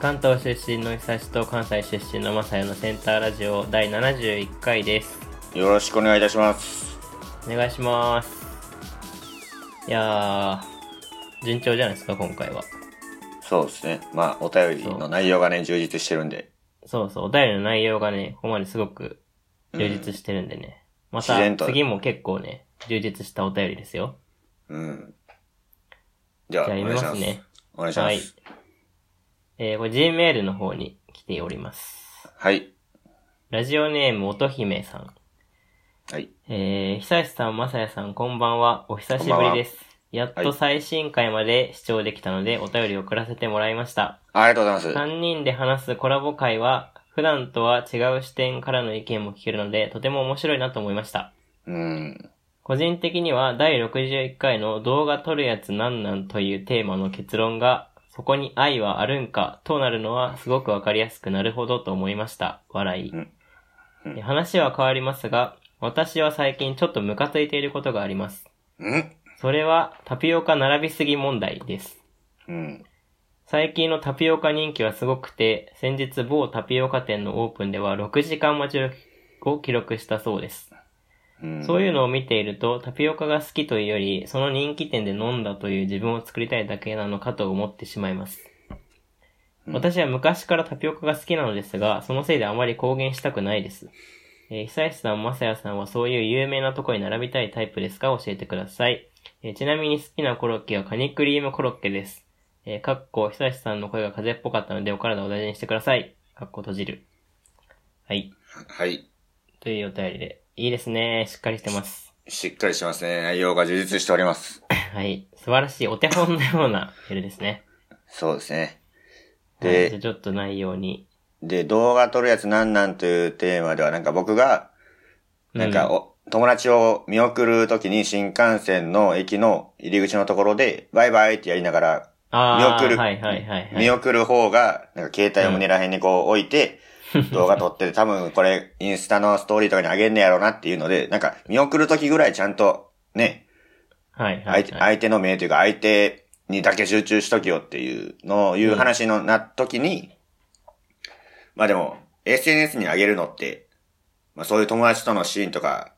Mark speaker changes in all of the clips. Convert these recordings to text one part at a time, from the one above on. Speaker 1: 関東出身の久しと関西出身のまさやのセンターラジオ第71回です
Speaker 2: よろしくお願いいたします。
Speaker 1: お願いしますいやー順調じゃないですか今回は
Speaker 2: そうですね。まあ、お便りの内容がね、充実してるんで、
Speaker 1: そうそうお便りの内容がねここまですごく充実してるんでね、ま
Speaker 2: 自然
Speaker 1: た
Speaker 2: と
Speaker 1: 次も結構ね充実したお便りですよ
Speaker 2: うん。じゃあ、
Speaker 1: じゃあ
Speaker 2: お
Speaker 1: 読
Speaker 2: 願い
Speaker 1: み
Speaker 2: し
Speaker 1: ま
Speaker 2: ますす。
Speaker 1: ね
Speaker 2: お願いしま
Speaker 1: はい
Speaker 2: す。
Speaker 1: えー、これ Gmail の方に来ております
Speaker 2: はい。
Speaker 1: ラジオネーム乙姫さん
Speaker 2: はい。
Speaker 1: えー、久志さん、まさやさん、こんばんは。お久しぶりです。やっと最新回まで視聴できたので、お便りを送らせてもらいました。
Speaker 2: ありがとうございます。
Speaker 1: 3人で話すコラボ会は、普段とは違う視点からの意見も聞けるので、とても面白いなと思いました。
Speaker 2: うん。
Speaker 1: 個人的には、第61回の動画撮るやつなんなんというテーマの結論が、そこに愛はあるんか、となるのはすごくわかりやすくなるほどと思いました。笑い。
Speaker 2: うんうん
Speaker 1: え話は変わりますが、私は最近ちょっとムカついていることがあります。
Speaker 2: うん。
Speaker 1: それはタピオカ並びすぎ問題です。
Speaker 2: うん。
Speaker 1: 最近のタピオカ人気はすごくて、先日某タピオカ店のオープンでは6時間待ちを記録したそうです。
Speaker 2: うん。
Speaker 1: そういうのを見ていると、タピオカが好きというより、その人気店で飲んだという自分を作りたいだけなのかと思ってしまいます。
Speaker 2: うん
Speaker 1: 私は昔からタピオカが好きなのですが、そのせいであまり公言したくないです。えー久石さん、まさやさんはそういう有名なとこに並びたいタイプですか教えてください。えーちなみに好きなコロッケはカニクリームコロッケです。えー、かっこ、久石さんの声が風邪っぽかったのでお体を大事にしてください。かっこ閉じる。はい。
Speaker 2: はい。
Speaker 1: というお便りで。いいですね。しっかりしてます。
Speaker 2: しっかりしてますね。内容が充実しております。
Speaker 1: はい。素晴らしい。お手本のような メールですね。
Speaker 2: そうですね。
Speaker 1: はいじゃあ
Speaker 2: で、
Speaker 1: ちょっと内容に。
Speaker 2: で、動画撮るやつなんなんというテーマでは、なんか僕が、なんかお、友達を見送るときに新幹線の駅の入り口のところで、バイバイってやりながら、見
Speaker 1: ああ、
Speaker 2: 送る
Speaker 1: はいはいはい、は
Speaker 2: 見
Speaker 1: い。
Speaker 2: 送る方が、なんか携帯を胸らへんにこう置いて、動画撮っ てて、多分これインスタのストーリーとかにあげんねやろうなっていうので、なんか見送る時ぐらいちゃんとね、
Speaker 1: はいは
Speaker 2: 相
Speaker 1: い、
Speaker 2: 手
Speaker 1: はい。
Speaker 2: 相手の目というか相手にだけ集中しときよっていうのをいう話のな時に、まあでも SNS にあげるのって、まあそういう友達とのシーンとか、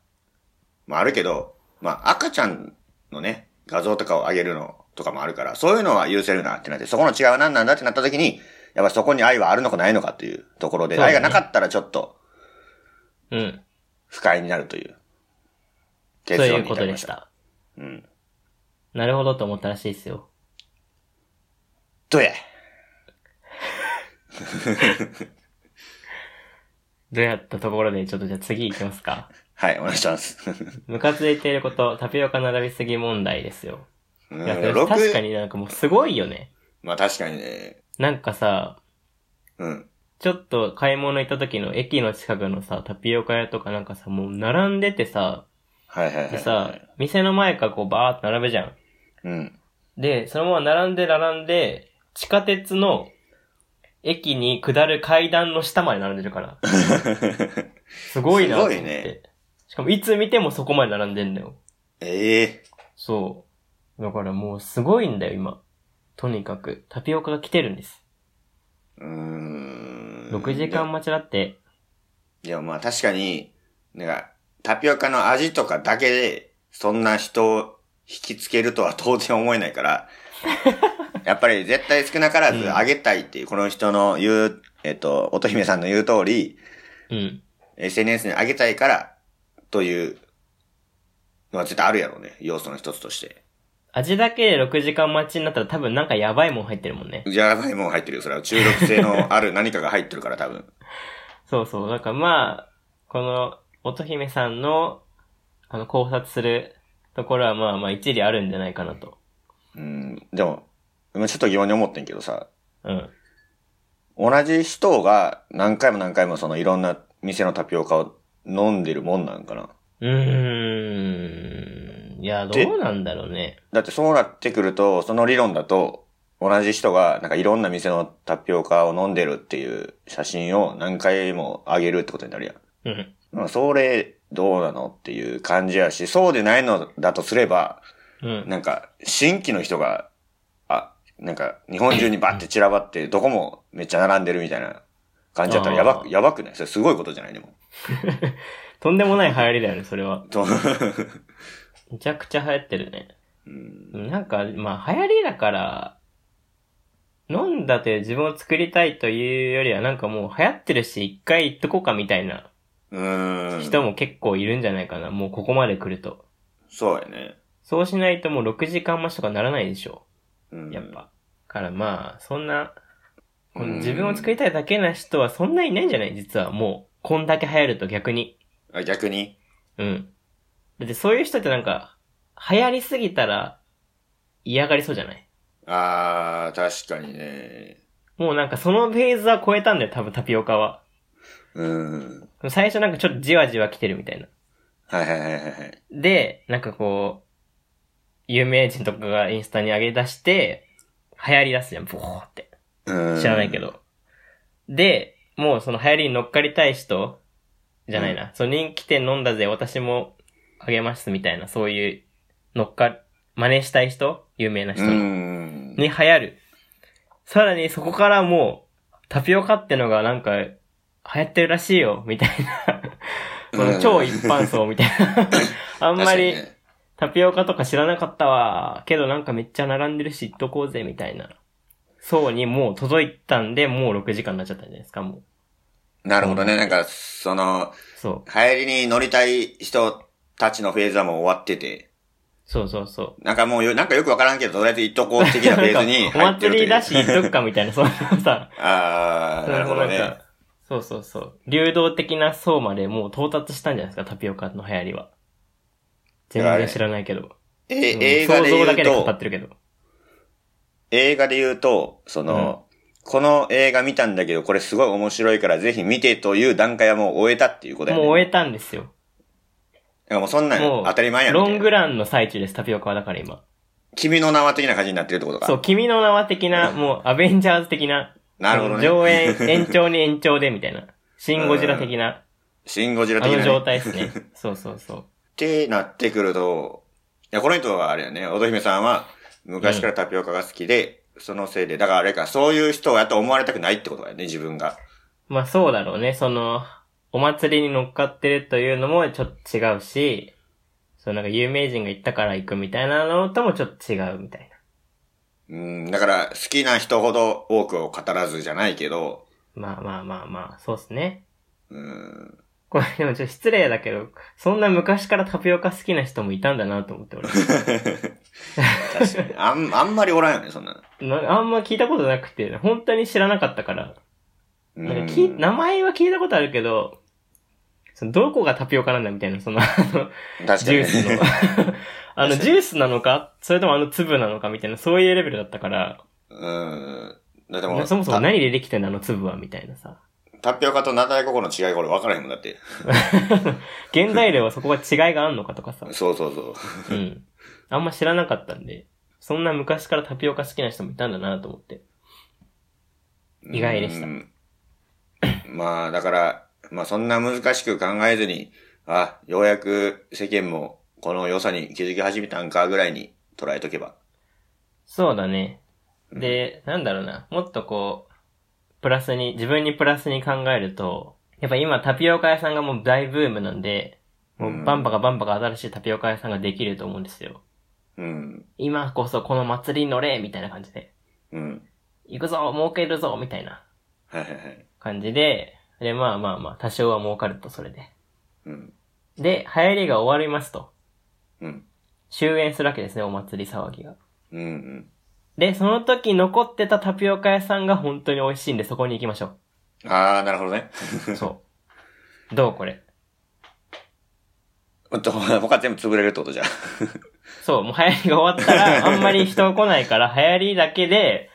Speaker 2: まああるけど、まあ赤ちゃんのね、画像とかをあげるのとかもあるから、そういうのは許せるなってなって、そこの違いは何なんだってなった時に、やっぱそこに愛はあるのかないのかっていうところで、
Speaker 1: そうだ
Speaker 2: 愛
Speaker 1: ね
Speaker 2: がなかったらちょっと
Speaker 1: うん。
Speaker 2: 不快になるという
Speaker 1: そう
Speaker 2: 結
Speaker 1: い
Speaker 2: 論
Speaker 1: う
Speaker 2: に
Speaker 1: こ
Speaker 2: 至
Speaker 1: と
Speaker 2: り
Speaker 1: で
Speaker 2: ま
Speaker 1: し
Speaker 2: した。
Speaker 1: た。
Speaker 2: うん。
Speaker 1: なるほどと思ったらしいですよ。
Speaker 2: どうや
Speaker 1: どうやったところで、ちょっとじゃあ次行きます か。
Speaker 2: はい、お願いします。
Speaker 1: ムカついていること、タピオカ並びすぎ問題ですよ。
Speaker 2: うん
Speaker 1: いや、これ
Speaker 2: ろく
Speaker 1: 確かになんかもうすごいよね。
Speaker 2: まあ確かにね。
Speaker 1: なんかさ、
Speaker 2: うん。
Speaker 1: ちょっと買い物行った時の駅の近くのさ、タピオカ屋とかなんかさ、もう並んでてさ、
Speaker 2: はいはいはい、はい。
Speaker 1: でさ、店の前からこうバーって並ぶじゃん。
Speaker 2: うん。
Speaker 1: で、そのまま並んで並んで、地下鉄の駅に下る階段の下まで並んでるから。すごいなと思って。
Speaker 2: すごいね
Speaker 1: しかもいつ見てもそこまで並んでんだよ。
Speaker 2: ええ
Speaker 1: そう。だからもうすごいんだよ、今。とにかく、タピオカが来てるんです。
Speaker 2: うーん。
Speaker 1: 6時間待ちだって。
Speaker 2: いや、まあ確かに、なんか、タピオカの味とかだけで、そんな人を引きつけるとは 当然思えな いから、やっぱり絶対少なからずあげたいっていう、この人の言う、えっと、乙姫さんの言う通り、
Speaker 1: うん。
Speaker 2: SNS にあげたいから、という、のは絶対あるやろうね。要素の一つとして。
Speaker 1: 味だけで6時間待ちになったら多分なんかやばいもん入ってるもんね。
Speaker 2: やばいもん入ってるよ。それは中毒性のある何かが入ってるから多分。
Speaker 1: そうそう。だからまあ、この、乙姫さんの、あの、考察するところはまあまあ一理あるんじゃないかなと。
Speaker 2: うん、でも、今ちょっと疑問に思ってんけどさ、
Speaker 1: うん。
Speaker 2: 同じ人が何回も何回もそのいろんな店のタピオカを飲んでるもんなんかな。
Speaker 1: うーん。いや、
Speaker 2: で
Speaker 1: どうなんだろうね。
Speaker 2: だってそうなってくると、その理論だと、同じ人がなんかいろんな店のタピオカを飲んでるっていう写真を何回もあげるってことになるや
Speaker 1: う
Speaker 2: ん。
Speaker 1: ん。
Speaker 2: まあ、それどうなのっていう感じやし、そうでないのだとすれば、
Speaker 1: うん。
Speaker 2: なんか新規の人が、あ、なんか、日本中にバッて散らばって、どこもめっちゃ並んでるみたいな感じだったらやば
Speaker 1: あ
Speaker 2: く、
Speaker 1: ー
Speaker 2: やばくないそれすごいことじゃないでも。
Speaker 1: とんでもない流行りだよね、それは。
Speaker 2: と
Speaker 1: めちゃくちゃ流行ってるね。
Speaker 2: うん
Speaker 1: なんか、まあ、流行りだから、飲んだという自分を作りたいというよりは、なんかもう流行ってるし、一回行っとこうかみたいな
Speaker 2: うーん。
Speaker 1: 人も結構いるんじゃないかな。もうここまで来ると。
Speaker 2: そうやね。
Speaker 1: そうしないともう6時間待ちとかならないでしょ。
Speaker 2: うん
Speaker 1: やっ。ぱ。からまあ、そんな、こ
Speaker 2: うん
Speaker 1: の自分を作りたいだけな人はそんないないんじゃない実はもう、こんだけ流行ると逆に。
Speaker 2: あ逆に
Speaker 1: うん。だってそういう人ってなんか、流行りすぎたら嫌がりそうじゃない
Speaker 2: あー、確かにね。
Speaker 1: もうなんかそのフェーズは超えたんだよ、多分タピオカは。
Speaker 2: うん。
Speaker 1: 最初なんかちょっとじわじわ来てるみたいな。
Speaker 2: はいはいはいはいはい。
Speaker 1: で、なんかこう、有名人とかがインスタに上げ出して、流行り出すじゃん、ボーって。
Speaker 2: うん
Speaker 1: 知らないけ。ど。で、もうその流行りに乗っかりたい人じゃないな。その人気店飲んだぜ、私もあげますみたいな、そういう乗っか、真似したい人有名な人
Speaker 2: う
Speaker 1: の
Speaker 2: ん。
Speaker 1: に流行る。さらにそこからもう、タピオカってのがなんか、流行ってるらしいよ、みたいな。 こ
Speaker 2: うん
Speaker 1: の超一般層みたい な。あんまり
Speaker 2: 確かにね
Speaker 1: タピオカとか知らなかったわ。けどなんかめっちゃ並んでるし行っとこうぜ、みたいな。層にもう届いたんで、もう6時間になっちゃったんじゃないですか、もう。
Speaker 2: なるほどね。なんか、その、
Speaker 1: そう。
Speaker 2: 流行りに乗りたい人たちのフェーズはもう終わってて、
Speaker 1: そうそうそう。
Speaker 2: なんかもうよ、なんかよくわからんけど、とりあえず行っとこう的なフェーズに
Speaker 1: なんかお
Speaker 2: 入ってる
Speaker 1: 祭りだし行っと
Speaker 2: と
Speaker 1: く
Speaker 2: いう。
Speaker 1: か、みたいな、そんなさ。
Speaker 2: あー、なるほど
Speaker 1: そのなん
Speaker 2: ね
Speaker 1: か。。そうそうそう。流動的な層までもう到達したんじゃないですか、タピオカの流行りは。全然知らないけど。
Speaker 2: え、
Speaker 1: うん
Speaker 2: 映画で
Speaker 1: 想像だ
Speaker 2: 言
Speaker 1: け
Speaker 2: う
Speaker 1: で語っ
Speaker 2: と、
Speaker 1: てるけど。
Speaker 2: 映画で言うと、その、この映画見たんだけど、これすごい面白いから、ぜひ見てという段階はもう終えたっていうことや
Speaker 1: も
Speaker 2: ね。
Speaker 1: う終
Speaker 2: え
Speaker 1: えたんですよ。
Speaker 2: なんかもうそんなん
Speaker 1: もう、
Speaker 2: 当たり前や
Speaker 1: ロン
Speaker 2: ん。
Speaker 1: グランの最中です、タピオカはだから今。
Speaker 2: 君の名は的な感じになってるってことか。
Speaker 1: そう、君の名は的な、もうアベンジャーズ的な。
Speaker 2: なるほどね。
Speaker 1: 上演、延長に延長でみたいな。シンゴジラ的な、
Speaker 2: シンゴジラ
Speaker 1: あ
Speaker 2: 的な、
Speaker 1: の
Speaker 2: ね。
Speaker 1: 状態 ですね。そうそうそう。
Speaker 2: ってなってくると、いや、この人はあれやね、乙姫さんは昔からタピオカが好きで、そのせいで、だからあれか、そういう人やと思われたくないってことだよね、自分が。
Speaker 1: まあそうだろうね。その、お祭りに乗っかってるというのもちょっと違うし、そのなんか有名人が行ったから行くみたいなのともちょっと違うみたい
Speaker 2: うん、だから好きな人ほど多くを語らずじゃないけど、
Speaker 1: な。まあまあまあまあ、そうっすね。
Speaker 2: うん、
Speaker 1: これでもちょっと失礼だけど、そんな昔からタピオカ好きな人もいたんだなと思って俺。
Speaker 2: 確 かに。あん、あんまりおらんよね、そんなの。
Speaker 1: なあんま聞いたことなくて、本当に知らなかったから。
Speaker 2: う
Speaker 1: なんかき
Speaker 2: ん、
Speaker 1: 名前は聞いたことあるけど、そのどこがタピオカなんだみたいな、その、あの、
Speaker 2: 確か
Speaker 1: ジ
Speaker 2: に
Speaker 1: ュ
Speaker 2: ね。。
Speaker 1: ースの あの、ジュースなのかそれともあの粒なのかみたいな、そういうレベルだったから、
Speaker 2: うん。だってもう、
Speaker 1: そもそも何でできてんのあの粒はみたいなさ。
Speaker 2: タタピオカとナタデココの違いこれ分からへんもんだって。
Speaker 1: 原材料はそこが違いがあんのかとかさ。
Speaker 2: そうそうそ
Speaker 1: う
Speaker 2: う。
Speaker 1: ん。あんま知らなかったんで、そんな昔からタピオカ好きな人もいたんだなと思って。意外でした
Speaker 2: うん。まあ、だから、まあそんな難しく考えずに、あ、ようやく世間もこの良さに気づき始めたんかぐらいに捉えとけば。
Speaker 1: そうだね。で、なんだろうな。もっとこう、プラスに、自分にプラスに考えると、やっぱ今タピオカ屋さんがもう大ブームなんで、もうバンバカバンバカ新しいタピオカ屋さんができると思うんですよ。
Speaker 2: うん。
Speaker 1: 今こそこの祭りに乗れみたいな感じで、
Speaker 2: うん。
Speaker 1: 行くぞ儲けるぞみたいな
Speaker 2: はいはいはい。
Speaker 1: 感じで、で、まあまあまあ、多少は儲かると、それで。
Speaker 2: うん。
Speaker 1: で、流行りが終わりますと。
Speaker 2: うん。
Speaker 1: 終焉するわけですね、お祭り騒ぎが。
Speaker 2: うんうん。
Speaker 1: で、その時残ってたタピオカ屋さんが本当に美味しいんで、そこに行きましょ
Speaker 2: ああ、なるほどね。
Speaker 1: う。そう。どうこれ。
Speaker 2: ほんと他全部潰れるってことじゃ。
Speaker 1: そう、もう流行りが終わったら、あんまり人来ないから、流行りだけで、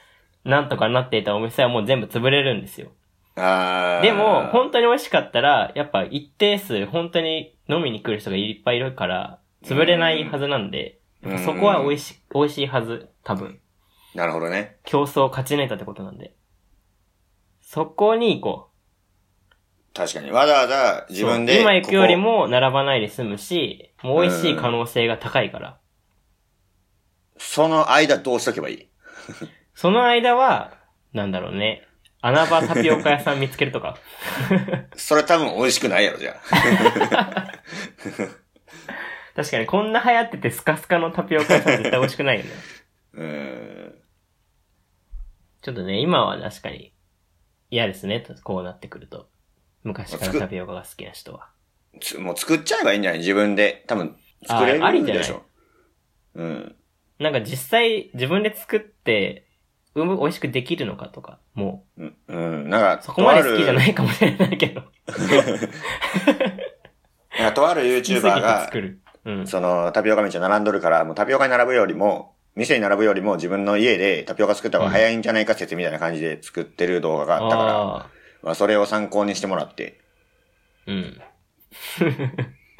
Speaker 1: なんとかなっていたお店はもう全部潰れるんですよ。
Speaker 2: ああ。
Speaker 1: でも、本当に美味しかったら、やっぱ一定数本当に飲みに来る人がいっぱいいるから、潰れないはずなんで、
Speaker 2: うん
Speaker 1: やっぱそこは美味し、美味しいはず、多分。
Speaker 2: なるほどね。
Speaker 1: 競争を勝ち抜いたってことなんで。そこに行こ
Speaker 2: 確かに。わざわざ
Speaker 1: う。
Speaker 2: 自分で
Speaker 1: そう今行くより
Speaker 2: こ
Speaker 1: も並ばないで済むし、もう美味しい可能性が高いから。
Speaker 2: こ、その間どうしとけばいい
Speaker 1: その間は、なんだろうね。穴場タピオカ屋さん見つけると か。
Speaker 2: それ多分美味しくないやろ、じゃあ。
Speaker 1: 確かに、こんな流行っててスカスカのタピオカ屋さん絶対美味しくないよね。
Speaker 2: うーん。
Speaker 1: ちょっとね、今は確かに嫌ですね、とこうなってくると。昔からタピオカが好きな人は。
Speaker 2: つもう作っちゃえばいいんじゃない自分で。多分、作れ
Speaker 1: ああり
Speaker 2: る
Speaker 1: じゃない
Speaker 2: でしょ。うん。
Speaker 1: なんか実際自分で作って、うん、美味しくできるのかとか、も
Speaker 2: うんうん。なん
Speaker 1: う、
Speaker 2: か、。
Speaker 1: そこまで好きじゃないいかもしれない けど。
Speaker 2: なんかとある
Speaker 1: 好きすぎて
Speaker 2: YouTuber が
Speaker 1: 作、る。うん。
Speaker 2: その、タピオカ道並んどるから、もうタピオカに並ぶよりも、店に並ぶよりも自分の家でタピオカ作った方が早いんじゃないか説みたいな感じで作ってる動画があったから、
Speaker 1: ああ
Speaker 2: まあそれを参考にしてもらって。
Speaker 1: ー、うん。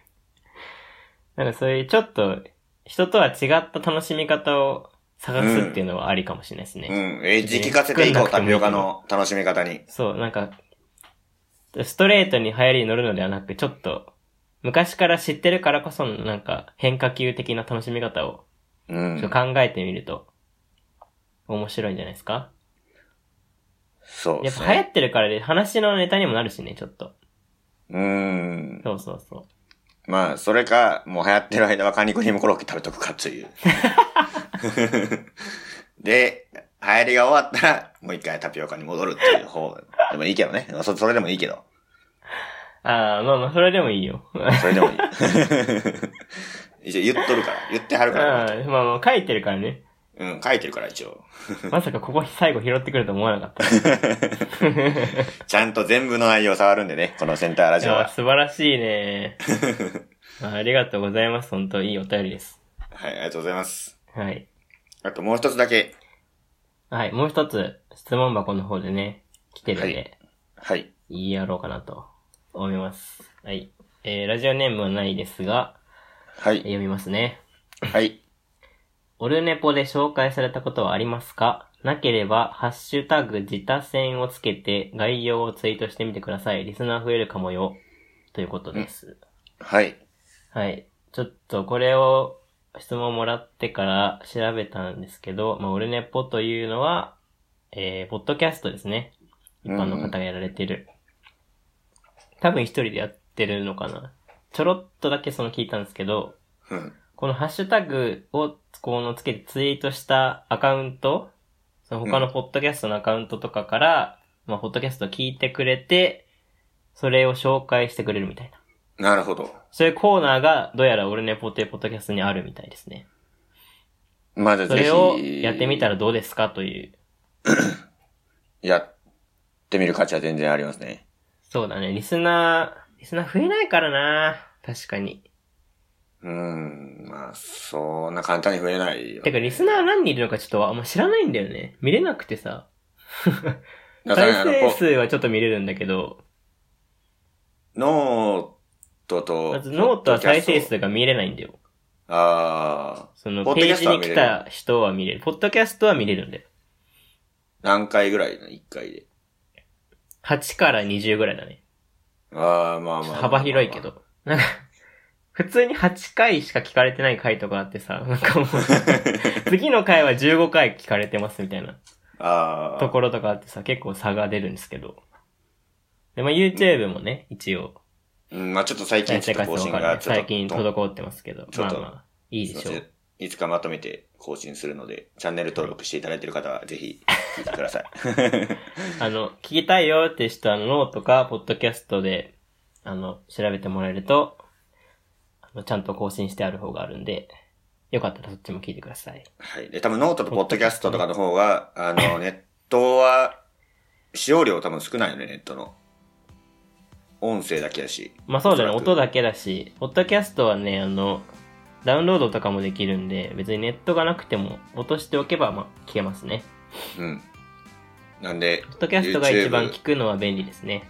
Speaker 1: なんかそういうちょっと、人とは違った楽しみ方を探すっていうのはありかもしれないですね。
Speaker 2: うん。えー、時期聞かせていこ
Speaker 1: 作ん
Speaker 2: う、タ
Speaker 1: なくてもい
Speaker 2: ピ
Speaker 1: い
Speaker 2: オカの楽しみ方に。
Speaker 1: そう、なんか、ストレートに流行りに乗るのではなく、ちょっと、昔から知ってるからこそのなんか変化球的な楽しみ方を
Speaker 2: う
Speaker 1: ちょっと
Speaker 2: ん。
Speaker 1: 考えてみると、面白いんじゃないですか
Speaker 2: そう
Speaker 1: や
Speaker 2: で
Speaker 1: っ
Speaker 2: す
Speaker 1: ぱ流行
Speaker 2: ね。
Speaker 1: ってるからで話のネタにもなるしね、ちょっと。
Speaker 2: うん。
Speaker 1: そうそうそう。
Speaker 2: まあ、それか、もう流行ってる間はカニクリームコロッケ食べとくかと いう。で、流行りが終わったら、もう一回タピオカに戻るっていう方でもいいけどね。そそれでもいいけど。
Speaker 1: ああ、まあまあ、それでもいいよ。
Speaker 2: それでもいい。 一応言っとるから。言ってはる
Speaker 1: うん、
Speaker 2: から。
Speaker 1: まあまあ、書いてるからね。
Speaker 2: うん、書いてるから一応。
Speaker 1: まさかここ最後拾ってくると思わなかっ た。い
Speaker 2: ちゃんと全部の内容触るんでね、このセンターラジオ
Speaker 1: やー
Speaker 2: は。
Speaker 1: 素晴らしいね。 まあありがとうございます。本当いいお便りです。
Speaker 2: はい、ありがとうございます。
Speaker 1: はい。
Speaker 2: あともう一つだけ。
Speaker 1: はい、もう一つ、質問箱の方でね、来てるんで、
Speaker 2: はい。
Speaker 1: 言いやろうかなと、思います。はい。えー、ラジオネームはないですが、え
Speaker 2: は
Speaker 1: ー
Speaker 2: い。
Speaker 1: 読みますね。
Speaker 2: はい。
Speaker 1: オルネポで紹介されたことはありますかなければ、ハッシュタグ、自他戦をつけて、概要をツイートしてみてください。リスナー増えるかもよ。ということです。
Speaker 2: はい。
Speaker 1: はい。ちょっと、これを、質問もらってから調べたんですけど、まあ、オルネポというのは、えー、ポッドキャストですね。一般の方がやられてる。多分一人でやってるのかな。ちょろっとだけその聞いたんですけど、
Speaker 2: うん。
Speaker 1: このハッシュタグをこのつけてツイートしたアカウント、その他のポッドキャストのアカウントとかから、まあ、ポッドキャストを聞いてくれて、それを紹介してくれるみたいな。
Speaker 2: なるほど。
Speaker 1: そういうコーナーが、どうやら俺ねポテポッドキャストにあるみたいですね。
Speaker 2: まあ、じゃあ
Speaker 1: そ
Speaker 2: ぜひ。
Speaker 1: れをやってみたらどうですかという。
Speaker 2: やってみる価値は全然ありますね。
Speaker 1: そうだね。リスナー、リスナー増えないからな確かに。
Speaker 2: うーん、まあ、そんな簡単に増えないよ。
Speaker 1: てか、リスナー何人いるのかちょっとあんま知らないんだよね。見れなくてさ。
Speaker 2: だから
Speaker 1: 再
Speaker 2: ねあの
Speaker 1: 生数
Speaker 2: ポ
Speaker 1: はちょっと見れるんだけど、
Speaker 2: ノートと、
Speaker 1: まずノートは再生
Speaker 2: ポッドキャス
Speaker 1: 数が見れないんだよ。
Speaker 2: ト。ああ、
Speaker 1: その
Speaker 2: ポッドキ
Speaker 1: ペ
Speaker 2: ャ
Speaker 1: ー
Speaker 2: ス
Speaker 1: ジ
Speaker 2: トは
Speaker 1: に
Speaker 2: 見れ
Speaker 1: 来
Speaker 2: る
Speaker 1: た人は見れる。ポッドキャストは見れるんだよ。
Speaker 2: 何回ぐらいの ?1 回で。
Speaker 1: 8から20ぐらいだね。
Speaker 2: ああ、まあまあまあまあまあ。
Speaker 1: 幅広いけ。ど。なんか、普通に8回しか聞かれてない回とかあってさ、なんかも う、次の回は15回聞かれてますみたいな。
Speaker 2: あ
Speaker 1: ところとかあってさ、結構差が出るんですけど。で、まあ YouTube もね、一応、
Speaker 2: あ、うん、まあちょっと最近
Speaker 1: 再
Speaker 2: ち
Speaker 1: 生
Speaker 2: ょっと
Speaker 1: 回数わ
Speaker 2: 更新
Speaker 1: かんな
Speaker 2: が
Speaker 1: い。
Speaker 2: ちょっと、
Speaker 1: 最近滞ってますけど。
Speaker 2: ちょ
Speaker 1: ま
Speaker 2: っ
Speaker 1: あ
Speaker 2: と
Speaker 1: まあ、いいでしょ
Speaker 2: そう
Speaker 1: う。
Speaker 2: いいつかまとめて更新するので、チャンネル登録していただいている方はぜひ聞いてください。
Speaker 1: あの、聞きたいよって人は、ノートか、ポッドキャストで、あの、調べてもらえると、あのちゃんと更新してある方があるんで、よかったらそっちも聞いてください。
Speaker 2: はい。で、多分ノートとポッドキャストとかの方が、あの、ネットは、使用量多分少ないよね、ネットの。音声だけだし。
Speaker 1: まあそうだね、
Speaker 2: おそ
Speaker 1: 音だ
Speaker 2: らく
Speaker 1: けだし、ポッドキャストはね、あの、ダウンロードとかもできるんで、別にネットがなくても、落としておけば、まあ、聞けますね。
Speaker 2: うん。なんで、
Speaker 1: ポッドキャストが一番
Speaker 2: YouTube
Speaker 1: 聞くのは便利ですね。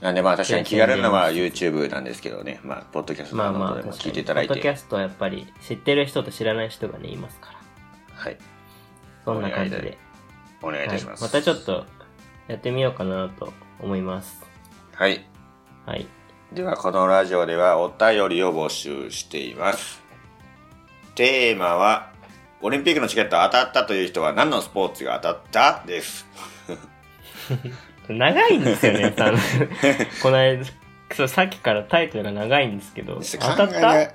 Speaker 2: なんでまあ確かに気軽なのは YouTube なんですけどね。まあ、ポッドキャスト
Speaker 1: まあ
Speaker 2: の
Speaker 1: ま
Speaker 2: 方
Speaker 1: あ、
Speaker 2: でも
Speaker 1: 確か
Speaker 2: 聞い
Speaker 1: に。
Speaker 2: てい
Speaker 1: ポ
Speaker 2: ただ
Speaker 1: ッ
Speaker 2: い
Speaker 1: ドキャ
Speaker 2: て。
Speaker 1: ストはやっぱり知ってる人と知らない人がね、いますから。
Speaker 2: はい。
Speaker 1: そんな感じで。
Speaker 2: お願いいたしま
Speaker 1: は
Speaker 2: す。
Speaker 1: い、またちょっとやってみようかなと思います。
Speaker 2: はい。
Speaker 1: はい。
Speaker 2: では、このラジオではお便りを募集しています。テーマは、オリンピックのチケット当たったという人は何のスポーツが当たったです。
Speaker 1: 長いんですよ ね、あのこの間、そうさっきからタイトルが長いんですけど、当たっ
Speaker 2: 考
Speaker 1: た
Speaker 2: えが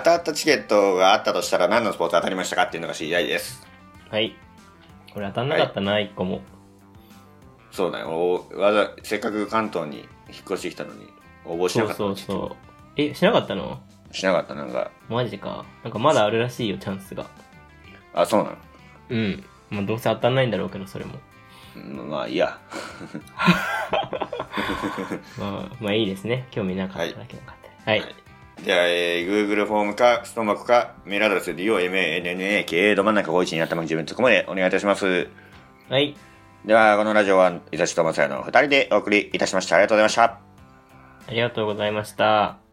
Speaker 2: 当たったチケットがあったとしたら何のスポーツ当たりましたかっていうのが知りたいです。
Speaker 1: はい。これ当たんなかったな、一個も。
Speaker 2: そうだよ。おわざせっかく関東に引っ越してきたのに応募しな
Speaker 1: そ
Speaker 2: か
Speaker 1: う
Speaker 2: った
Speaker 1: そ
Speaker 2: の
Speaker 1: うそう。え、しなかったの
Speaker 2: しなかったなんか。
Speaker 1: マジか。なんかまだあるらしいよ、チャンスが。
Speaker 2: あ、そうなの
Speaker 1: うん。まあ、どうせ当たんないんだろうけど、それも。
Speaker 2: うんまあいいや。
Speaker 1: まあ、まあいいですね。興味なかっただけなかった。はい。
Speaker 2: はいじゃあ、えー、Google フォームか、ストマクか、メールアドレス DOMANNAKA ど真ん中51になったま自分とこまでお願いいたします。
Speaker 1: はい。
Speaker 2: では、このラジオは、いざしとまさやの2人でお送りいたしました。ありがとうございました。
Speaker 1: ありがとうございました。